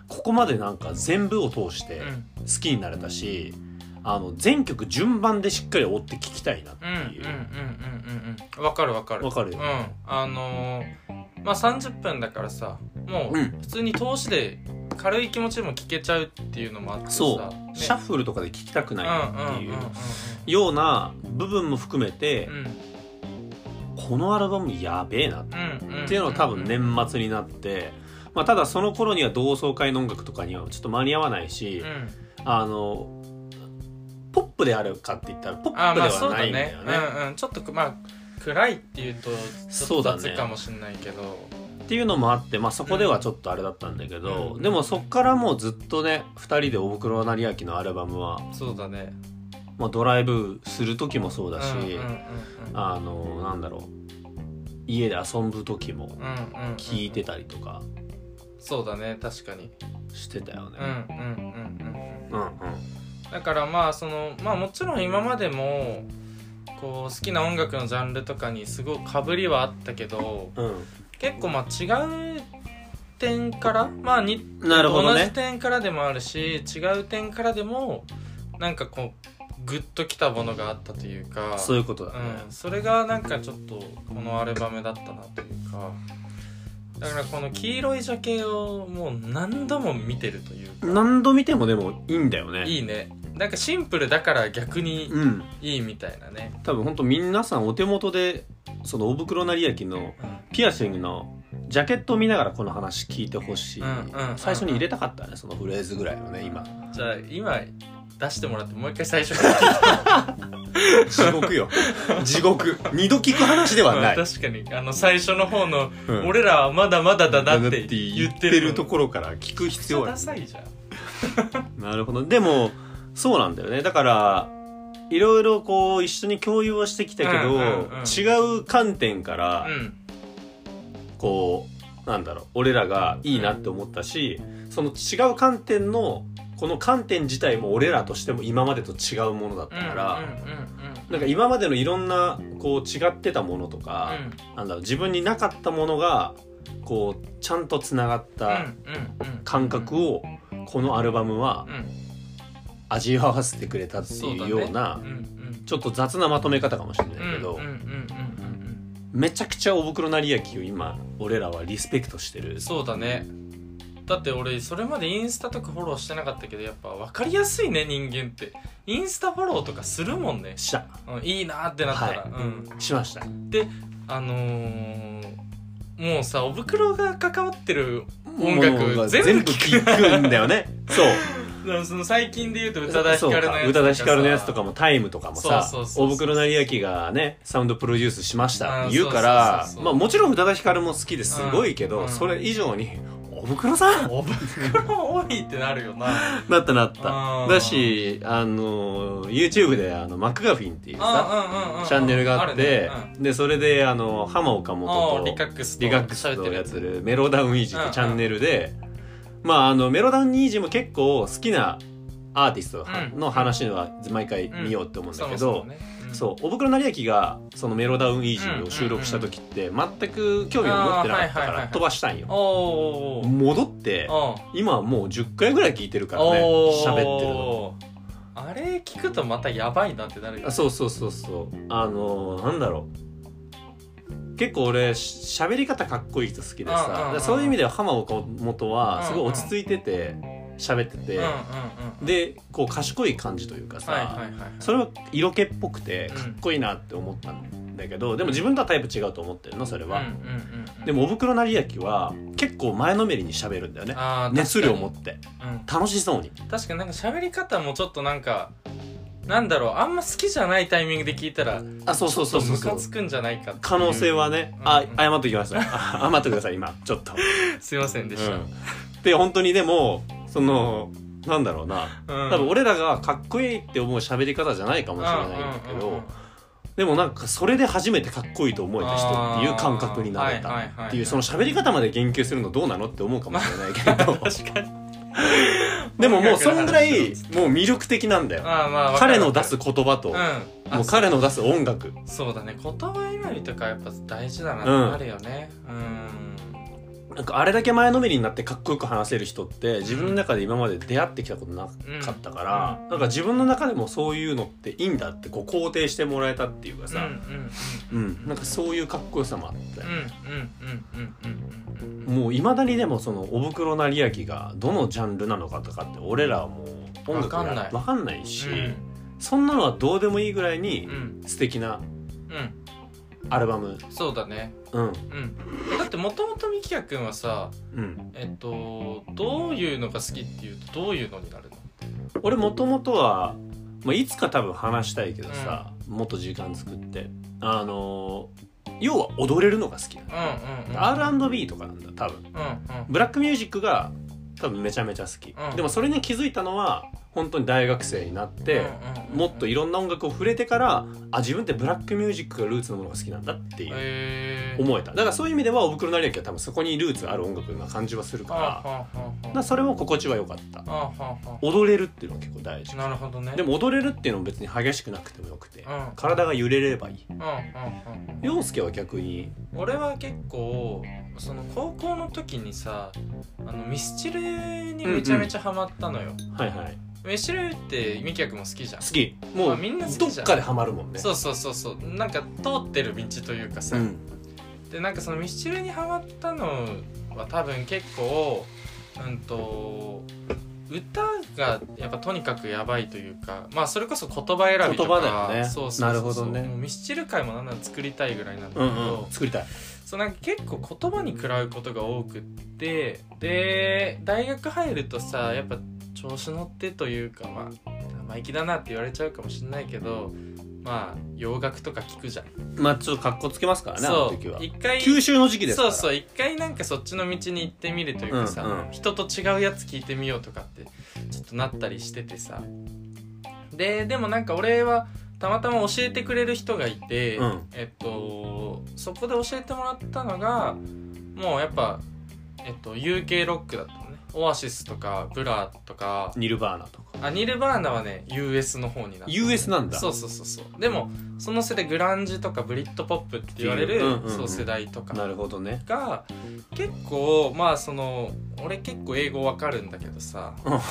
Speaker 2: ここまでなんか全部を通して
Speaker 1: うん
Speaker 2: 好きになれたし、あの全曲順番でしっかり追って聞きたいなって
Speaker 1: うんうんうんうん
Speaker 2: いう、
Speaker 1: うんうんわかるわかる
Speaker 2: わか
Speaker 1: う
Speaker 2: るよ
Speaker 1: んあのーまあ30分だからさもう
Speaker 2: うん
Speaker 1: 普通に通しで軽い気持ちでも聴けちゃうっていうのもあってさ
Speaker 2: そう、
Speaker 1: ね
Speaker 2: シャッフルとかで聞きたくないなってい
Speaker 1: う
Speaker 2: う
Speaker 1: んうん
Speaker 2: ような部分も含めて、
Speaker 1: うんうん
Speaker 2: このアルバムやべえなっ
Speaker 1: うんうんんん
Speaker 2: ていうのは多分年末になって、まあ、ただその頃には同窓会の音楽とかにはちょっと間に合わないし、
Speaker 1: うん
Speaker 2: あのポップであるかって言ったらポッ
Speaker 1: あ
Speaker 2: プ
Speaker 1: まあ
Speaker 2: で
Speaker 1: そ
Speaker 2: は
Speaker 1: うだ
Speaker 2: ないんだ
Speaker 1: ね
Speaker 2: よね。
Speaker 1: うんうんちょっとまあ暗いっていうとちょ
Speaker 2: そ
Speaker 1: っ
Speaker 2: う
Speaker 1: と
Speaker 2: だ
Speaker 1: 雑
Speaker 2: ね
Speaker 1: かもしれないけど
Speaker 2: っていうのもあって、まあ、そこではちょっとあれだったんだけど、
Speaker 1: うん
Speaker 2: でもそっからもうずっとね2人で大黒成明のアルバムは、
Speaker 1: そうだね
Speaker 2: まあ、ドライブする時もそうだし、
Speaker 1: うんうんうん
Speaker 2: あのなんだろう家で遊ぶ時も
Speaker 1: うんうんうんうん
Speaker 2: 聴いてたりとか
Speaker 1: そうだね確かに
Speaker 2: してたよね
Speaker 1: うん。うんうんうんうん
Speaker 2: うんうん
Speaker 1: だからまあそのまあもちろん今までもこう好きな音楽のジャンルとかにすごいかぶりはあったけど
Speaker 2: う
Speaker 1: 結構まあ違う点からまあに
Speaker 2: ん、なるほど
Speaker 1: 同じ
Speaker 2: ね。
Speaker 1: 点からでもあるし違う点からでもなんかこうグッときたものがあったというか
Speaker 2: そういうことだね。
Speaker 1: うん、それがなんかちょっとこのアルバムだったなというかだからこの黄色いジャケをもう何度も見てるというか
Speaker 2: 何度見てもでもいいんだよね。
Speaker 1: いいねなんかシンプルだから逆に
Speaker 2: うん。
Speaker 1: いいみたいなね、
Speaker 2: 多分本当皆さんお手元でそのお袋なりやきのピアシングのジャケットを見ながらこの話聞いてほしい、
Speaker 1: うんうんうん
Speaker 2: 最初に入れたかったねそのフレーズぐらいのね今
Speaker 1: じゃあ今出してもらってもう一回最初から聞
Speaker 2: 地 獄よ地獄二度聞く話ではない、
Speaker 1: 確かにあの最初の方の
Speaker 2: う
Speaker 1: 「
Speaker 2: ん
Speaker 1: 俺らはまだまだだな」っ
Speaker 2: だって
Speaker 1: て
Speaker 2: 言
Speaker 1: 言
Speaker 2: っ
Speaker 1: って
Speaker 2: て
Speaker 1: る
Speaker 2: るところから聞く必
Speaker 1: 必要
Speaker 2: 要
Speaker 1: は
Speaker 2: は
Speaker 1: ダサいじゃん
Speaker 2: なるほどでもそうなんだよねだからいろいろこう一緒に共有はしてきたけど、
Speaker 1: うんうんうん
Speaker 2: 違う観点から、
Speaker 1: うん
Speaker 2: こうなんだろう俺らがいいなって思ったしその違う観点のこの観点自体も俺らとしても今までと違うものだったから、
Speaker 1: うんうんうん
Speaker 2: なんか今までのいろんなこう違ってたものとか、なんだろう自分になかったものがこうちゃんとつながった感覚
Speaker 1: を、
Speaker 2: をこのアルバムは
Speaker 1: うん、
Speaker 2: 味わわせてくれたって
Speaker 1: そ
Speaker 2: いう
Speaker 1: だ
Speaker 2: う
Speaker 1: ね
Speaker 2: ような
Speaker 1: うんうん
Speaker 2: ちょっと雑なまとめ方かもしれないけ
Speaker 1: う
Speaker 2: ど、
Speaker 1: んうんうんうん
Speaker 2: めちゃくちゃお袋なりやきを今俺らはリスペクトして
Speaker 1: う
Speaker 2: る
Speaker 1: んそうだねだって俺それまでインスタとかフォローしてなかったけどやっぱ分かりやすいね人間ってインスタフォローとかするもんね、
Speaker 2: しゃ
Speaker 1: うん、いいなってなったら、
Speaker 2: はい
Speaker 1: うん
Speaker 2: しました
Speaker 1: あのーもうさお袋が関わってる音楽全部
Speaker 2: 聞くんだよねそう
Speaker 1: その最近で言うと宇多田ヒ
Speaker 2: そう
Speaker 1: カル
Speaker 2: か
Speaker 1: のやつ
Speaker 2: 宇多田ヒカルのやつと
Speaker 1: も
Speaker 2: かも「タイムとかもさ
Speaker 1: そうそうそうそう
Speaker 2: 大袋成明がねサウンドプロデュースしましたって言うか
Speaker 1: あーそ
Speaker 2: ら
Speaker 1: うそうそうそう
Speaker 2: まあもちろん宇多田ヒカルも好きですごいけ
Speaker 1: うん
Speaker 2: ど、
Speaker 1: うん
Speaker 2: それ以上に「お袋さん!
Speaker 1: お袋多いってなるよ なあ」
Speaker 2: なったなっ
Speaker 1: あ
Speaker 2: た
Speaker 1: ー
Speaker 2: だしあの YouTube であのマクガフィンっていうさ
Speaker 1: あうんうんうん
Speaker 2: チャンネルがあって
Speaker 1: るね
Speaker 2: でそれであの浜岡
Speaker 1: うんあ
Speaker 2: 本
Speaker 1: ー
Speaker 2: と
Speaker 1: リカックス
Speaker 2: リガックスとや
Speaker 1: つ
Speaker 2: つるメロダウンイージーってチャンネルで、まああのメロダウンイージーも結構好きなアーティスト
Speaker 1: うん
Speaker 2: の話は毎回見ようって思うんだけど、
Speaker 1: そもそもねうん
Speaker 2: そうおぶくろ成明がそのメロダウンイージーを収録した時って全く興味を持ってなか
Speaker 1: あーは
Speaker 2: ったか
Speaker 1: いはいは
Speaker 2: ら
Speaker 1: い
Speaker 2: 飛ばしたんよ。
Speaker 1: おー
Speaker 2: 戻って
Speaker 1: おー
Speaker 2: 今はもう10回ぐらい聞いてるからね
Speaker 1: おー
Speaker 2: 喋ってるの。
Speaker 1: あれ聞くとまたやばいなってなるよ
Speaker 2: あそうそうそうそうあのーなんだろう結構俺し喋り方かっこいい人好きで
Speaker 1: うんうんうん
Speaker 2: さでそういう意味では浜岡本はすごい
Speaker 1: うんうん
Speaker 2: 落ち着いてて喋って
Speaker 1: う
Speaker 2: て
Speaker 1: んうんうん
Speaker 2: でこう賢い感じというか
Speaker 1: はいはいは
Speaker 2: さ
Speaker 1: いはい
Speaker 2: それは色気っぽくて
Speaker 1: うん
Speaker 2: かっこいいなって思ったんだけどでも自分とはタイプ違うと思ってるのそれ
Speaker 1: うんうん
Speaker 2: は。
Speaker 1: うんうん
Speaker 2: でもおぶくろ成明は結構前のめりに喋るんだよね
Speaker 1: あー
Speaker 2: 熱量を
Speaker 1: 確か
Speaker 2: 持っ
Speaker 1: に
Speaker 2: て
Speaker 1: うん
Speaker 2: 楽しそうに
Speaker 1: 確かになんか喋り方もちょっとなんかなんだろうあんま好きじゃないタイミングで聞いたら
Speaker 2: あそうそうそう
Speaker 1: ちょ
Speaker 2: そう
Speaker 1: っ
Speaker 2: そ
Speaker 1: と
Speaker 2: う
Speaker 1: ムカつくんじゃないかっていう
Speaker 2: 可能性はね、
Speaker 1: うん
Speaker 2: あ
Speaker 1: うん
Speaker 2: 謝っときましたあ謝ってください今ちょっと
Speaker 1: すいませんでした、うん
Speaker 2: で本当にでもそのなんだろうな多分俺らがかっこいいって思う喋り方じゃないかもしれないんだけ
Speaker 1: うんうんうんうん
Speaker 2: どでもなんかそれで初めてかっこいいと思えた人っていう感覚になれ
Speaker 1: あーは
Speaker 2: た
Speaker 1: いはいはい
Speaker 2: っていうその喋り方まで言及するのどうなのって思うかもしれな いけど
Speaker 1: 確かに
Speaker 2: でももうそんぐら
Speaker 1: 音楽の話
Speaker 2: いもう魅力的なんだよ
Speaker 1: あーまあわか
Speaker 2: 彼
Speaker 1: る
Speaker 2: の
Speaker 1: わか
Speaker 2: 出
Speaker 1: る
Speaker 2: す言葉とも
Speaker 1: うんあ
Speaker 2: う彼の出す音楽
Speaker 1: そうだね言葉選びとかやっぱ大事だなって
Speaker 2: うん
Speaker 1: なるよねうん
Speaker 2: なんかあれだけ前のめりになってかっこよく話せる人って自分の中で今まで出会ってきたことなかったから、
Speaker 1: うん
Speaker 2: なんか自分の中でもそういうのっていいんだってこう肯定してもらえたっていう
Speaker 1: うん
Speaker 2: か
Speaker 1: うん
Speaker 2: さ、うんなんかそういうかっこよさもあって、
Speaker 1: うんうんうんうんうんうん
Speaker 2: もういまだにでもそのおぶくろなりやきがどのジャンルなのかとかって俺らはもう音楽
Speaker 1: わかんない
Speaker 2: わかんないし、
Speaker 1: う
Speaker 2: そんなのはどうでもいいぐらいに
Speaker 1: んうん
Speaker 2: 素敵な
Speaker 1: うん
Speaker 2: アルバム
Speaker 1: そうだね
Speaker 2: うん
Speaker 1: うんだってもともとみきやくんはさ
Speaker 2: うん
Speaker 1: えっとどういうのが好きっていうとどういうのになるの
Speaker 2: 俺もともとは、まあ、いつか多分話したいけどさ、もっと時間作ってあのー要は踊れるのが好きな
Speaker 1: うん
Speaker 2: の、
Speaker 1: うんうん
Speaker 2: R&B とかなんだ多分
Speaker 1: うんうん
Speaker 2: ブラックミュージックが多分めちゃめちゃ好き、
Speaker 1: うん
Speaker 2: でもそれに気づいたのは本当に大学生になっ
Speaker 1: う
Speaker 2: て、
Speaker 1: んうんうん
Speaker 2: もっといろんな音楽を触れてからあ自分ってブラックミュージックがルーツのものが好きなんだっていう
Speaker 1: へー
Speaker 2: 思えただからそういう意味ではお袋なりやきは多分そこにルーツある音楽な感じはするから
Speaker 1: ああ
Speaker 2: だか
Speaker 1: ああ
Speaker 2: らそれも心地は良かった
Speaker 1: ああああ
Speaker 2: 踊れるっていうのは結構大事
Speaker 1: あなるほどね
Speaker 2: でも踊れるっていうのも別に激しくなくてもよくて
Speaker 1: うん
Speaker 2: 体が揺れればいい
Speaker 1: うんうんうん
Speaker 2: 陽介は逆に
Speaker 1: 俺は結構その高校の時にさあのミスチルにめちゃめちゃハマったのよ、
Speaker 2: はいはい
Speaker 1: ミスチルってミキヤ君も好きじゃん
Speaker 2: 好きも
Speaker 1: まあ
Speaker 2: う
Speaker 1: みんな好
Speaker 2: ど
Speaker 1: き
Speaker 2: っ
Speaker 1: じゃん
Speaker 2: かでハマるもんね
Speaker 1: そうそうそうそうなんか通ってる道というかさ、
Speaker 2: うん
Speaker 1: でなんかそのミスチルにハマったのは多分結構うんと歌がやっぱとにかくやばいというかまあそれこそ言葉選びとか
Speaker 2: 言葉だよね
Speaker 1: そうそうそうそう
Speaker 2: なるほどね
Speaker 1: もうミスチル界もなんなら作りたいぐらいなんだけど、
Speaker 2: うんうん作りたい
Speaker 1: そうなんか結構言葉に食らうことが多くってで大学入るとさやっぱ調子乗ってというかまあ生意気だなって言われちゃうかもしれないけどまあ洋楽とか聞くじゃん
Speaker 2: まあちょっと格好つけますからねあの
Speaker 1: そう
Speaker 2: 時は
Speaker 1: 一回
Speaker 2: 九州の時期ですから
Speaker 1: そうそう一回なんかそっちの道に行ってみるというかさ、
Speaker 2: うんうん
Speaker 1: 人と違うやつ聞いてみようとかってちょっとなったりしててさででもなんか俺はたまたま教えてくれる人がいて、
Speaker 2: うん
Speaker 1: えっとそこで教えてもらったのがもうやっぱ、えっと、UK ロックだったのねオアシスとかブラとか
Speaker 2: ニルバーナとか
Speaker 1: あニルバーナはね US の方になって
Speaker 2: US なんだ
Speaker 1: そうそうそうそうでもその世代グランジとかブリッドポップって言われる、
Speaker 2: うんうんうん
Speaker 1: そう世代とか
Speaker 2: なるほどね
Speaker 1: が結構まあその俺結構英語わかるんだけどさ
Speaker 2: うん
Speaker 1: あ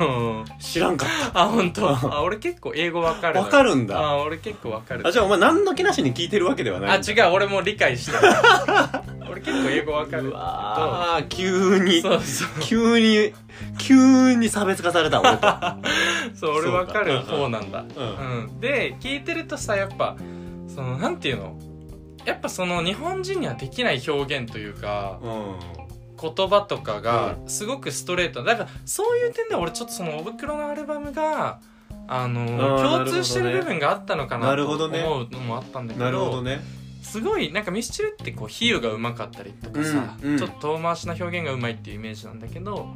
Speaker 1: の
Speaker 2: 知らんかっ
Speaker 1: あ本当あ俺結構英語わか
Speaker 2: た
Speaker 1: るの
Speaker 2: わ
Speaker 1: よ
Speaker 2: かるんだ
Speaker 1: あ俺結構わかる
Speaker 2: あじゃあお前何の気なしに聞いてるわけでは
Speaker 1: あ
Speaker 2: ない
Speaker 1: 違う俺も理解 してる俺結構英語わかるん
Speaker 2: う
Speaker 1: だ
Speaker 2: わー急
Speaker 1: け
Speaker 2: に
Speaker 1: どそうそう
Speaker 2: 急に急に差別化された俺と
Speaker 1: そう俺わかる方なんだ
Speaker 2: う
Speaker 1: うんんで聞いてるとさやっぱそのなんていうのやっぱその日本人にはできない表現というか
Speaker 2: うん
Speaker 1: 言葉とかがすごくストレートだからそういう点では俺ちょっとそのお袋のアルバムがあの
Speaker 2: あー
Speaker 1: 共通してる部分があったのかな
Speaker 2: な
Speaker 1: と
Speaker 2: る
Speaker 1: 思
Speaker 2: ほどね
Speaker 1: うのもあったんだけど
Speaker 2: なるほどね
Speaker 1: すごいなんかミスチルってこう比喩がうまかったりとかさ、
Speaker 2: うんうん
Speaker 1: ちょっと遠回しな表現がうまいっていうイメージなんだけど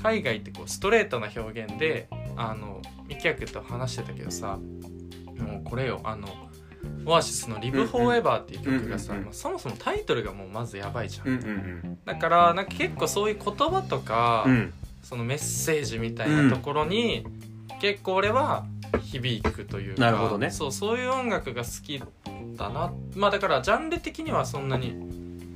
Speaker 1: 海外ってこうストレートな表現であのミキヤ君と話してたけどさもうこれよあのオアシスの「リブフォーエバーっていう曲がさ、
Speaker 2: うんうんうんうん
Speaker 1: まあそもそもタイトルがもうまずやばいじゃん
Speaker 2: う。んうん
Speaker 1: だからなんか結構そういう言葉とか、
Speaker 2: うん
Speaker 1: そのメッセージみたいなところに、結構俺は響くというか
Speaker 2: なるほどね
Speaker 1: そうそういう音楽が好きだなまあだからジャンル的にはそんなに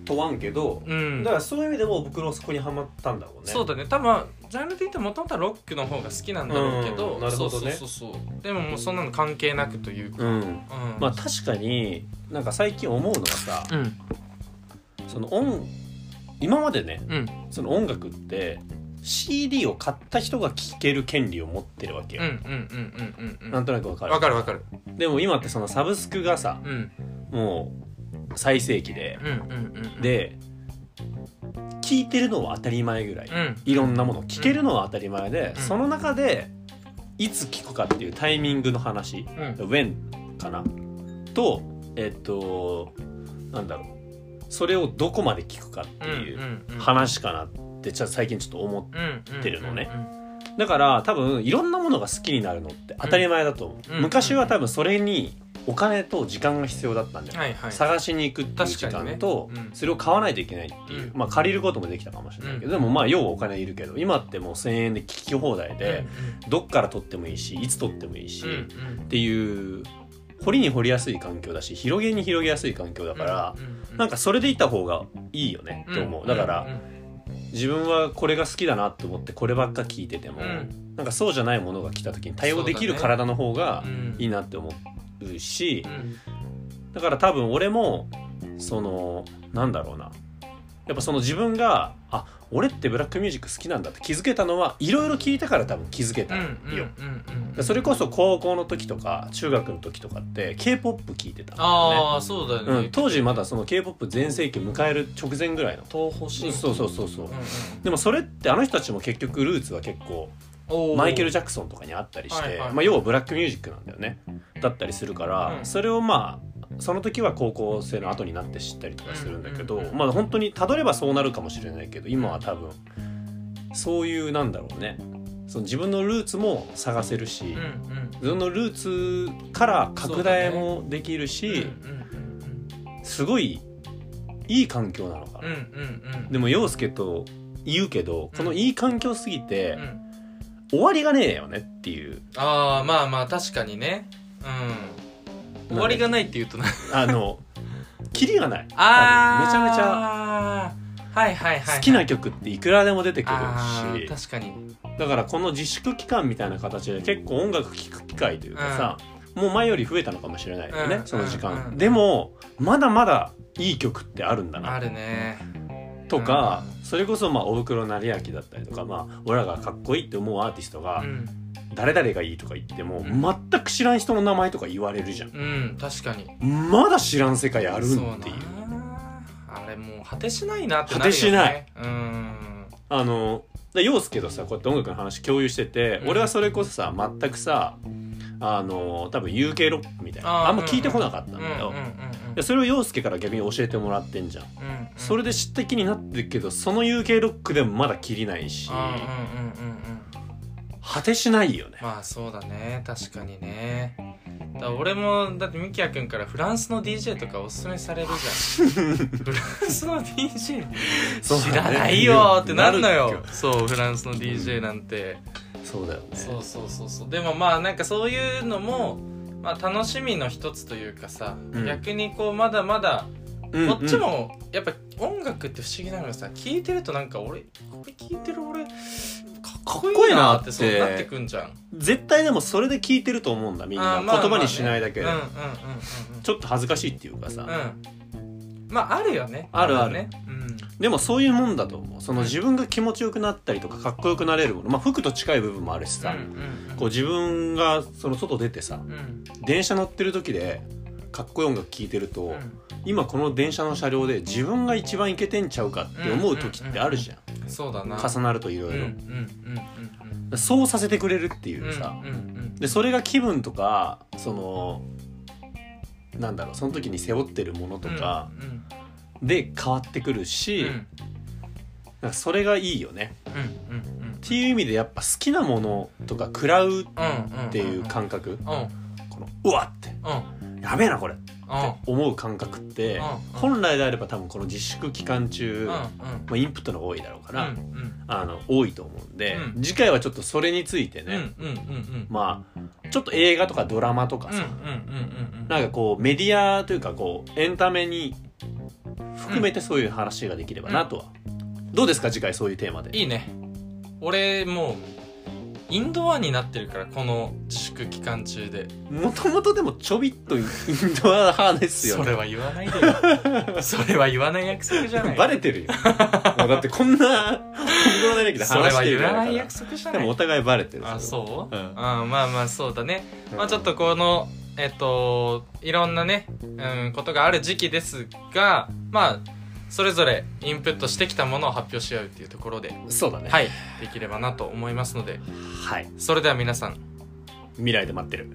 Speaker 2: 問わんけど
Speaker 1: うん
Speaker 2: だからそういう意味でも僕のそこにはまったんだろうね
Speaker 1: そうだね多分ジャンルで言ってもともとはロックの方が好きなんだろうけど,、
Speaker 2: うんなるほどね
Speaker 1: そうそうそうそうでももうそんなの関係なくというか、
Speaker 2: うん
Speaker 1: うん、
Speaker 2: まあ確かになんか最近思うのはさ
Speaker 1: うん
Speaker 2: その音今までね
Speaker 1: うん
Speaker 2: その音楽って CD を買った人が聴ける権利を持ってるわけ
Speaker 1: うんうんうん
Speaker 2: よ、
Speaker 1: うんうんうん
Speaker 2: なんとなくわかる
Speaker 1: わかるわかる
Speaker 2: でも今ってそのサブスクがさ
Speaker 1: うん
Speaker 2: もう最盛期で
Speaker 1: うんうんうんうん
Speaker 2: で聴いてるのは当たり前ぐらい、
Speaker 1: うん
Speaker 2: いろんなもの聴けるのは当たり前で、
Speaker 1: うん
Speaker 2: その中でいつ聴くかっていうタイミングの話、
Speaker 1: うん
Speaker 2: when かなとえっとなんだろうそれをどこまで聞くかって
Speaker 1: うん
Speaker 2: いううん
Speaker 1: うん
Speaker 2: 話かなってちょっと最近ちょっと思っ
Speaker 1: って
Speaker 2: るのねだから多分いろんなものが好きになるのって当たり前だと思う、
Speaker 1: うん
Speaker 2: 昔は多分それにお金と時間が必要だったんじゃない、
Speaker 1: はいはい。
Speaker 2: 探しに行くっていう時
Speaker 1: 確かにね
Speaker 2: 間と、
Speaker 1: うん
Speaker 2: それを買わないといけないっていう、
Speaker 1: うん
Speaker 2: まあ借りることもできたかもしれないけど、
Speaker 1: う
Speaker 2: でもまあ要はお金いるけど今ってもう1,000円で聞き放題で、どっから撮ってもいいしいつ撮ってもいいし、
Speaker 1: うんうん
Speaker 2: っていう掘りに掘りやすい環境だし広げに広げやすい環境だから、なんかそれでいた方がいいよねと思う、だから、自分はこれが好きだなと思ってこればっか聞いてても、
Speaker 1: うん
Speaker 2: なんかそうじゃないものが来た時に対応できる
Speaker 1: そうだね
Speaker 2: 体の方が
Speaker 1: うん
Speaker 2: いいなって思うし、
Speaker 1: うん
Speaker 2: だから多分俺もそのなんだろうなやっぱその自分があ俺ってブラックミュージック好きなんだって気づけたのはいろいろ聞いたから多分気づけたよ、
Speaker 1: うんうんうんうん
Speaker 2: それこそ高校の時とか中学の時とかって k p o p 聞いてたんだよね
Speaker 1: ああそうだよね、
Speaker 2: うん、当時まだその k p o p 全盛期迎える直前ぐらいの
Speaker 1: 東方神起
Speaker 2: そうそうそうそう
Speaker 1: うんうん
Speaker 2: でもそれってあの人たちも結局ルーツは結構
Speaker 1: おー
Speaker 2: マイケル・ジャクソンとかにあったりして、
Speaker 1: はいはい
Speaker 2: まあ、要はブラックミュージックなんだよねだったりするから、
Speaker 1: うん
Speaker 2: それをまあその時は高校生の後になって知ったりとかするんだけど、
Speaker 1: うんうんうん
Speaker 2: まあ本当にたどればそうなるかもしれないけど今は多分そういうなんだろうねその自分のルーツも探せるし、
Speaker 1: うんうん
Speaker 2: 自分のルーツから拡大もできるし、
Speaker 1: うんうん
Speaker 2: すごいいい環境なのか
Speaker 1: う
Speaker 2: な。
Speaker 1: んうんうん
Speaker 2: でも陽介と言うけどこのいい環境すぎて、
Speaker 1: うん
Speaker 2: 終わりがねえよねっ ていう
Speaker 1: ああまあまあ確かにねうん終わりがないって言うとな
Speaker 2: あのキリがない
Speaker 1: あ
Speaker 2: 多分めちゃめちゃ
Speaker 1: ゃめちゃはいはいはい
Speaker 2: 好きな
Speaker 1: 曲
Speaker 2: 曲っていくらでも出てくるし
Speaker 1: 確かに
Speaker 2: だからこの自粛期間みたいな形で結構音楽聴く機会というかさ、もう前より増えたのかもしれないよね、
Speaker 1: うん
Speaker 2: その時間、
Speaker 1: うん
Speaker 2: でもまだまだいい曲ってあるんだ
Speaker 1: あ
Speaker 2: な
Speaker 1: るね
Speaker 2: とか、
Speaker 1: う
Speaker 2: それこそまあ大黒成明だったりとかまあ俺らがかっこいいって思うアーティスト
Speaker 1: う
Speaker 2: が
Speaker 1: ん
Speaker 2: 誰々がいいとか言っても
Speaker 1: うん
Speaker 2: 全く知らん人の名前とか言われるじゃ
Speaker 1: うん確かに
Speaker 2: んまだ知らん世界あるんっていう
Speaker 1: そうなあれもう果てしないなってなるよね
Speaker 2: 果てしない
Speaker 1: うん
Speaker 2: あので陽介とさこうやって音楽の話共有してて、
Speaker 1: うん
Speaker 2: 俺はそれこそさ全くさあの多分 UK ロックみたい
Speaker 1: あ
Speaker 2: な
Speaker 1: ー
Speaker 2: あんま聞いてこなかったん
Speaker 1: うん
Speaker 2: だ
Speaker 1: うんう
Speaker 2: よ、
Speaker 1: ん
Speaker 2: でそれを陽介から逆に教えてもらってんじゃん、
Speaker 1: うんうん
Speaker 2: それで知った気になってるけどその UK ロックでもまだ切りないし、
Speaker 1: うんうんうんうんうん
Speaker 2: 果てしないよね
Speaker 1: まあそうだね確かにねだから俺もだってミキヤ君からフランスの DJ とかおすすめされるじゃん フランスの DJ
Speaker 2: そうだ
Speaker 1: 知
Speaker 2: ね
Speaker 1: らないよってなるの
Speaker 2: な
Speaker 1: よ
Speaker 2: る
Speaker 1: そうフランスの DJ なんて
Speaker 2: そうだよね
Speaker 1: そうそうそうそうでもまあなんかそういうのも、まあ、楽しみの一つというかさ、
Speaker 2: うん
Speaker 1: 逆にこうまだまだ
Speaker 2: うんうん
Speaker 1: こっちもやっぱ音楽って不思議なのがさ聞いてるとなんか俺これ聞いてる俺かっこいいなってそうなってくんじゃん
Speaker 2: 絶対でもそれで聞いてると思うんだみんな、
Speaker 1: あーまあ
Speaker 2: 言葉にしないだけで、
Speaker 1: うんうんうんうん
Speaker 2: ちょっと恥ずかしいっていうかさ、
Speaker 1: うんうんまああるよね
Speaker 2: あるある
Speaker 1: ね
Speaker 2: でもそういうもんだと思うその自分が気持ちよくなったりとかかっこよくなれるもの、まあ、服と近い部分もあるし
Speaker 1: うん
Speaker 2: さ、
Speaker 1: うん
Speaker 2: こう自分がその外出てさ
Speaker 1: うんうん
Speaker 2: 電車乗ってる時でかっこいい音楽聴いてると、
Speaker 1: う
Speaker 2: 今この電車の車両で自分が一番イケてんちゃうかって思う時ってあるじゃん、
Speaker 1: んそうだな
Speaker 2: 重なるといろ
Speaker 1: うん
Speaker 2: い
Speaker 1: うん
Speaker 2: ろ
Speaker 1: うん
Speaker 2: そうさせてくれるってい
Speaker 1: うんうん
Speaker 2: うさ、
Speaker 1: うんうん
Speaker 2: でそれが気分とかそのなんだろうその時に背負ってるものとか
Speaker 1: うんうん
Speaker 2: で変わってくるし、
Speaker 1: うん
Speaker 2: なんかそれがいいよね
Speaker 1: うんうんうん
Speaker 2: っていう意味でやっぱ好きなものとか食らうっ
Speaker 1: うんん
Speaker 2: ていう感覚
Speaker 1: うんうん
Speaker 2: このうわってやべえなこれって思う感覚って
Speaker 1: うん
Speaker 2: 本来であれば多分この自粛期間
Speaker 1: うん
Speaker 2: 中、
Speaker 1: うん
Speaker 2: まあ、インプットの方が多いだろうから、
Speaker 1: うんうん
Speaker 2: あの多いと思うんで、
Speaker 1: うん
Speaker 2: 次回はちょっとそれについて
Speaker 1: うんうん
Speaker 2: ね、
Speaker 1: うんうん
Speaker 2: まあちょっと映画とかドラマと
Speaker 1: う
Speaker 2: か
Speaker 1: ん
Speaker 2: さ、
Speaker 1: うんうんうん
Speaker 2: なんかこうメディアというかこうエンタメに含めてそういう話ができればなとは、どうですか次回そういうテーマで
Speaker 1: いいね俺もうインドアになってるからこの自粛期間中で
Speaker 2: もともとでもちょびっとインドア派ですよ
Speaker 1: そ
Speaker 2: ね
Speaker 1: れは言わないでよ それは言わない約束じゃない
Speaker 2: バレてるよ。 もうだってこんな、本当の歴で
Speaker 1: それ
Speaker 2: 話し
Speaker 1: は
Speaker 2: て
Speaker 1: 言
Speaker 2: るぐら
Speaker 1: わない
Speaker 2: いだから
Speaker 1: 約束じゃ
Speaker 2: で
Speaker 1: な
Speaker 2: もお
Speaker 1: い
Speaker 2: 互いバレてる。
Speaker 1: あそう、
Speaker 2: うん
Speaker 1: あまあまあそうだね、
Speaker 2: うん
Speaker 1: まあちょっとこのえっといろんなね、うん、ことがある時期ですがまあそれぞれインプットしてきたものを発表し合うっていうところで
Speaker 2: そうだね。
Speaker 1: はいできればなと思いますので
Speaker 2: はい。
Speaker 1: それでは皆さん
Speaker 2: 未来で待ってる。